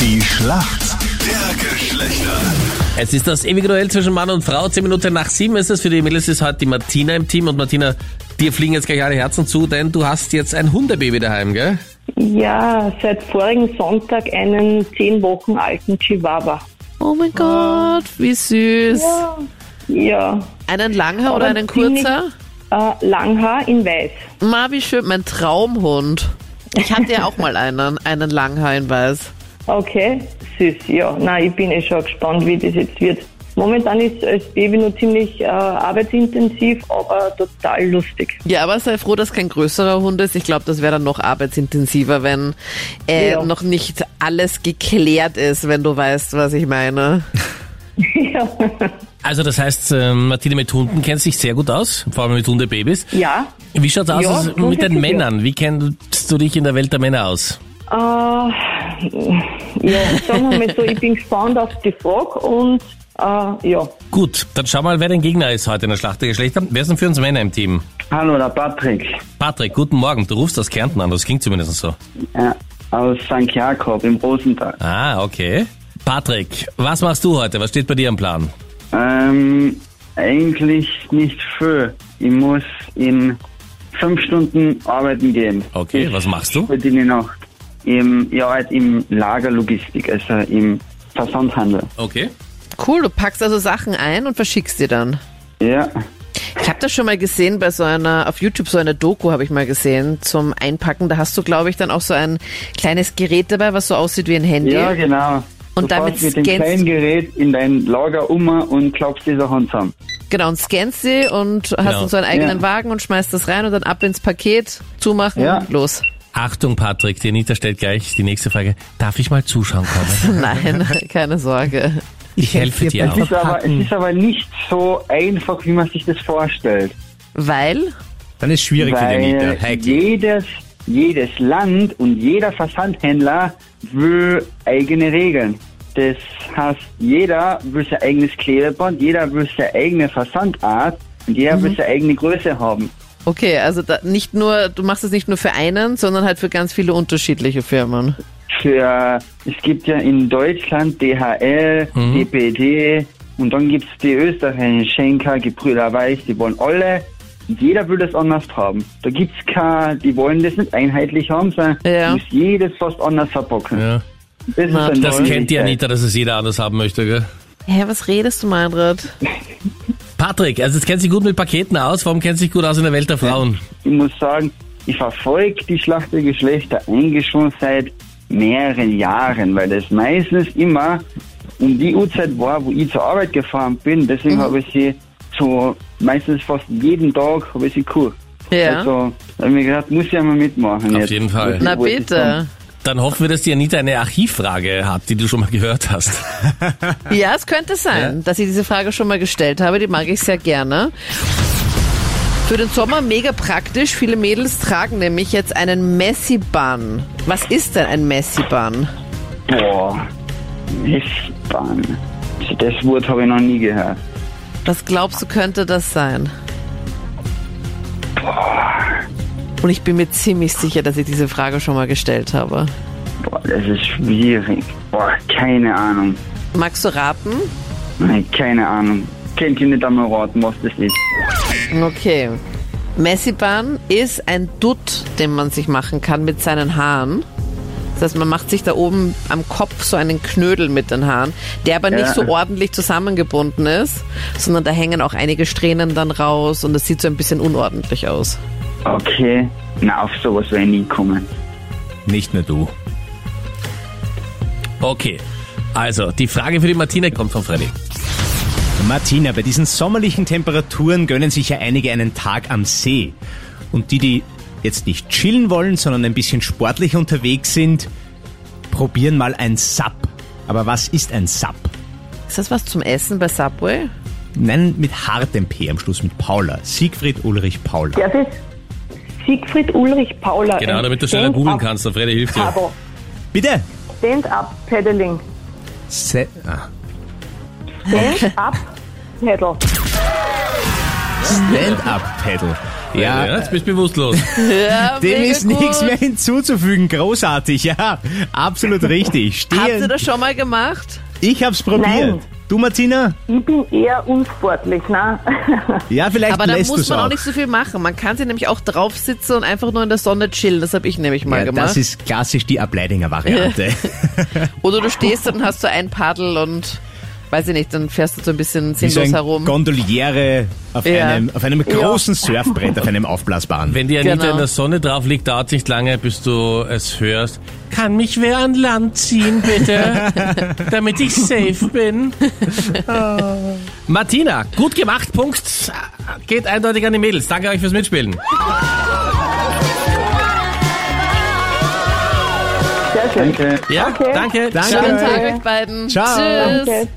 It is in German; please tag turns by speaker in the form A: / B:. A: Die Schlacht der Geschlechter.
B: Es ist das ewige Duell zwischen Mann und Frau. Zehn Minuten nach sieben ist es. Für die Mädels ist heute die Martina im Team. Und Martina, dir fliegen jetzt gleich alle Herzen zu, denn du hast jetzt ein Hundebaby daheim, gell?
C: Ja, seit vorigen Sonntag einen zehn Wochen alten Chihuahua.
D: Oh mein Gott, wie süß.
C: Ja,
D: Einen Langhaar oder
C: Aber
D: einen
C: ziemlich-
D: Kurzer?
C: äh, Langhaar in Weiß.
D: Ma, wie schön, mein Traumhund. Ich hatte ja auch mal einen, einen Langhaar in Weiß.
C: Okay, süß, ja. Na, ich bin eh schon gespannt, wie das jetzt wird. Momentan ist als Baby nur ziemlich äh, arbeitsintensiv, aber total lustig.
D: Ja, aber sei froh, dass kein größerer Hund ist. Ich glaube, das wäre dann noch arbeitsintensiver, wenn äh,
C: Ja.
D: noch nicht alles geklärt ist, wenn du weißt, was ich meine.
C: ja.
B: Also das heißt, ähm, Martina, mit Hunden kennst du dich sehr gut aus, vor allem mit Hundebabys.
C: ja.
B: Wie schaut's aus
C: Ja,
B: also mit
C: grundsätzlich
B: den Männern? Wie kennst du dich in der Welt der Männer aus?
C: Äh, ja, sagen wir mal so, ich bin gespannt auf die Frage und äh, ja.
B: Gut, dann schau mal, wer dein Gegner ist heute in der Schlacht der Geschlechter. Wer ist denn für uns Männer im Team?
E: Hallo, der Patrick
B: Patrick, guten Morgen. Du rufst aus Kärnten an, das klingt zumindest so.
E: ja, aus St. Jakob im Rosental.
B: Ah, okay. Patrick, was machst du heute? Was steht bei dir im Plan?
E: Ähm, eigentlich nicht viel. Ich muss in fünf Stunden arbeiten gehen.
B: Okay,
E: ich
B: was machst du?
E: Verdiene noch. Im, ich arbeite im Lagerlogistik, also im Versandhandel.
B: Okay.
D: Cool, du packst also Sachen ein und verschickst die dann.
E: Ja,
D: Ich habe das schon mal gesehen bei so einer, auf YouTube so eine Doku habe ich mal gesehen zum Einpacken. Da hast du, glaube ich, dann auch so ein kleines Gerät dabei, was so aussieht wie ein Handy.
E: ja, genau.
D: Und
E: du
D: damit
E: fährst mit dem
D: scannst-
E: kleinen Gerät in dein Lager um und klappst die Sachen zusammen.
D: Genau, und scannst sie und hast
B: Genau.
D: dann so einen eigenen
E: Ja.
D: Wagen und schmeißt das rein und dann ab ins Paket, zumachen,
E: Ja.
D: los.
B: Achtung, Patrick, die Anita stellt gleich die nächste Frage. Darf ich mal zuschauen kommen?
D: Nein, keine Sorge.
B: Ich helfe dir
E: Es
B: auch.
E: ist, aber, es ist aber nicht so einfach, wie man sich das vorstellt.
D: Weil,
F: Dann ist schwierig für die
E: Weil
F: Anita. Heikel.
E: jedes, jedes Land und jeder Versandhändler will eigene Regeln. Das heißt, jeder will sein eigenes Klebeband, jeder will seine eigene Versandart und jeder will seine eigene Größe haben.
D: okay, also da, nicht nur, du machst es nicht nur für einen, sondern halt für ganz viele unterschiedliche Firmen.
E: Für, es gibt ja in Deutschland DHL, DPD und dann gibt es die Österreicher, Schenker, Gebrüder Weiß, die wollen alle. und Jeder will das anders haben. Da gibt's keine, die wollen das nicht einheitlich haben, sondern
D: Ja.
E: muss jedes fast anders verpacken.
B: Ja.
E: Das, ist
D: Na,
E: eine
B: Das
E: neue
B: kennt die
E: Möglichkeit.
B: Anita, dass es jeder anders haben möchte, gell?
D: Hä, was redest du, Meinrad?
B: Patrick, also jetzt kennst du dich gut mit Paketen aus. Warum kennst du dich gut aus in der Welt der Frauen?
E: Ich muss sagen, ich verfolge die Schlacht der Geschlechter eigentlich schon seit mehreren Jahren, weil das meistens immer um die Uhrzeit war, wo ich zur Arbeit gefahren bin. Deswegen
B: Mhm.
E: habe ich sie so meistens fast jeden Tag habe ich sie cool.
D: Ja.
E: Also habe ich mir gedacht, muss ich ja mal mitmachen.
B: Auf
E: jetzt.
B: jeden Fall.
D: Na
E: Wo ich
D: bitte.
B: Dann hoffen wir, dass die Anita eine Archivfrage hat, die du schon mal gehört hast.
D: Ja, es könnte sein, dass ich diese Frage schon mal gestellt habe. Die mag ich sehr gerne. Für den Sommer mega praktisch. Viele Mädels tragen nämlich jetzt einen Messi-Bun. Was ist denn ein Messi-Bun?
E: dann- Boah, Mistbahn. Also Das Wort habe ich noch nie gehört.
D: Was glaubst du, könnte das sein? Und ich bin mir ziemlich sicher, dass ich diese Frage schon mal gestellt habe.
E: Boah, das ist schwierig. Boah, keine Ahnung.
D: Magst du raten?
E: Nein, keine Ahnung. Könnt ihr nicht einmal raten, was das ist.
D: Okay. Messi-Bun ist ein Dutt, den man sich machen kann mit seinen Haaren. Das heißt, man macht sich da oben am Kopf so einen Knödel mit den Haaren, der aber nicht
E: Ja.
D: so ordentlich zusammengebunden ist, sondern da hängen auch einige Strähnen dann raus und das sieht so ein bisschen unordentlich aus.
E: Okay. Na, auf sowas wäre ich nie kommen.
F: Nicht nur du.
B: Okay. Also, die Frage für die Martina kommt von Freddy.
F: Martina, bei diesen sommerlichen Temperaturen gönnen sich ja einige einen Tag am See. Und die, die jetzt nicht chillen wollen, sondern ein bisschen sportlich unterwegs sind, probieren mal ein Sap. Aber was ist ein Sap?
D: Ist das was zum Essen bei Subway?
F: Nein, mit hartem P am Schluss, mit Paula. Siegfried Ulrich Paula.
C: Das ist Siegfried Ulrich Paula.
B: Genau,
C: ein
B: damit du schneller
C: Stand-up
B: googeln kannst. Der Freddy hilft dir.
C: Cabo.
F: Bitte!
C: Stand-up-Pedaling.
F: Se ah.
C: Stand-up-Pedal.
F: Stand-up-Pedal. Ja,
B: Ja, jetzt bist du bewusstlos.
D: Ja,
F: dem
D: mega
F: ist
D: gut.
F: nichts mehr hinzuzufügen. Großartig, ja. Absolut richtig.
D: Habt ihr
F: Stehen.
D: das schon mal gemacht?
F: Ich hab's probiert.
C: Nein.
F: Du, Martina?
C: Ich bin eher unsportlich, ne?
F: Ja, vielleicht
D: Aber da
F: lässt
D: muss
F: du's
D: man auch
F: auch.
D: nicht so viel machen. Man kann sich nämlich auch drauf sitzen und einfach nur in der Sonne chillen. Das habe ich nämlich mal
F: ja, das
D: gemacht.
F: ist klassisch die Ableidinger-Variante.
D: Oder du stehst und hast so ein Paddel und weiß ich nicht, dann fährst du so ein bisschen
F: Wie so
D: sinnlos
F: ein
D: herum.
F: Gondoliere auf,
D: Ja.
F: einem, auf einem großen Surfbrett, auf einem aufblasbaren.
B: Wenn die Anita
D: Genau.
B: in der Sonne drauf liegt, dauert nicht lange, bis du es hörst. Kann mich wer an Land ziehen, bitte, damit ich safe bin. Martina, gut gemacht, Punkt. Geht eindeutig an die Mädels. Danke euch fürs Mitspielen.
C: Sehr schön.
E: Danke.
B: Ja, danke.
F: Danke.
B: Ciao.
D: Schönen Tag euch beiden.
F: Ciao.
D: Tschüss.
C: Danke.